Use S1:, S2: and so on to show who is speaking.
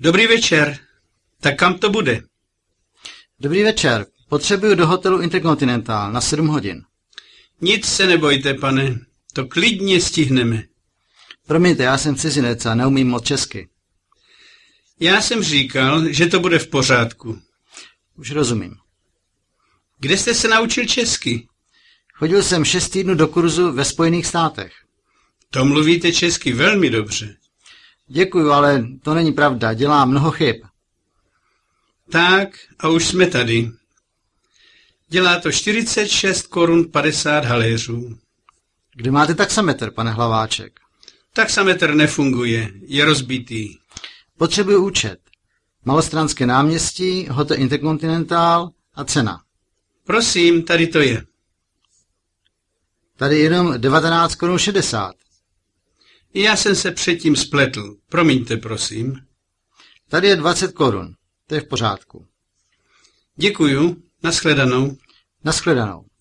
S1: Dobrý večer. Tak kam to bude?
S2: Dobrý večer. Potřebuju do hotelu Intercontinental na 7 hodin.
S1: Nic se nebojte, pane. To klidně stihneme.
S2: Promiňte, já jsem cizinec a neumím moc česky.
S1: Já jsem říkal, že to bude v pořádku.
S2: Už rozumím.
S1: Kde jste se naučil česky?
S2: Chodil jsem šest týdnů do kurzu ve Spojených státech.
S1: To mluvíte česky velmi dobře.
S2: Děkuju, ale to není pravda. Dělám mnoho chyb.
S1: Tak, a už jsme tady. Dělá to 46 korun 50 haléřů.
S2: Kde máte taxametr, pane Hlaváček?
S1: Taxametr nefunguje, je rozbitý.
S2: Potřebuju účet. Malostranské náměstí, hotel Intercontinental a cena.
S1: Prosím, tady to je.
S2: Tady jenom 19,60 Kč.
S1: Já jsem se předtím spletl. Promiňte, prosím.
S2: Tady je 20 korun. To je v pořádku.
S1: Děkuju, nashledanou.
S2: Naschledanou.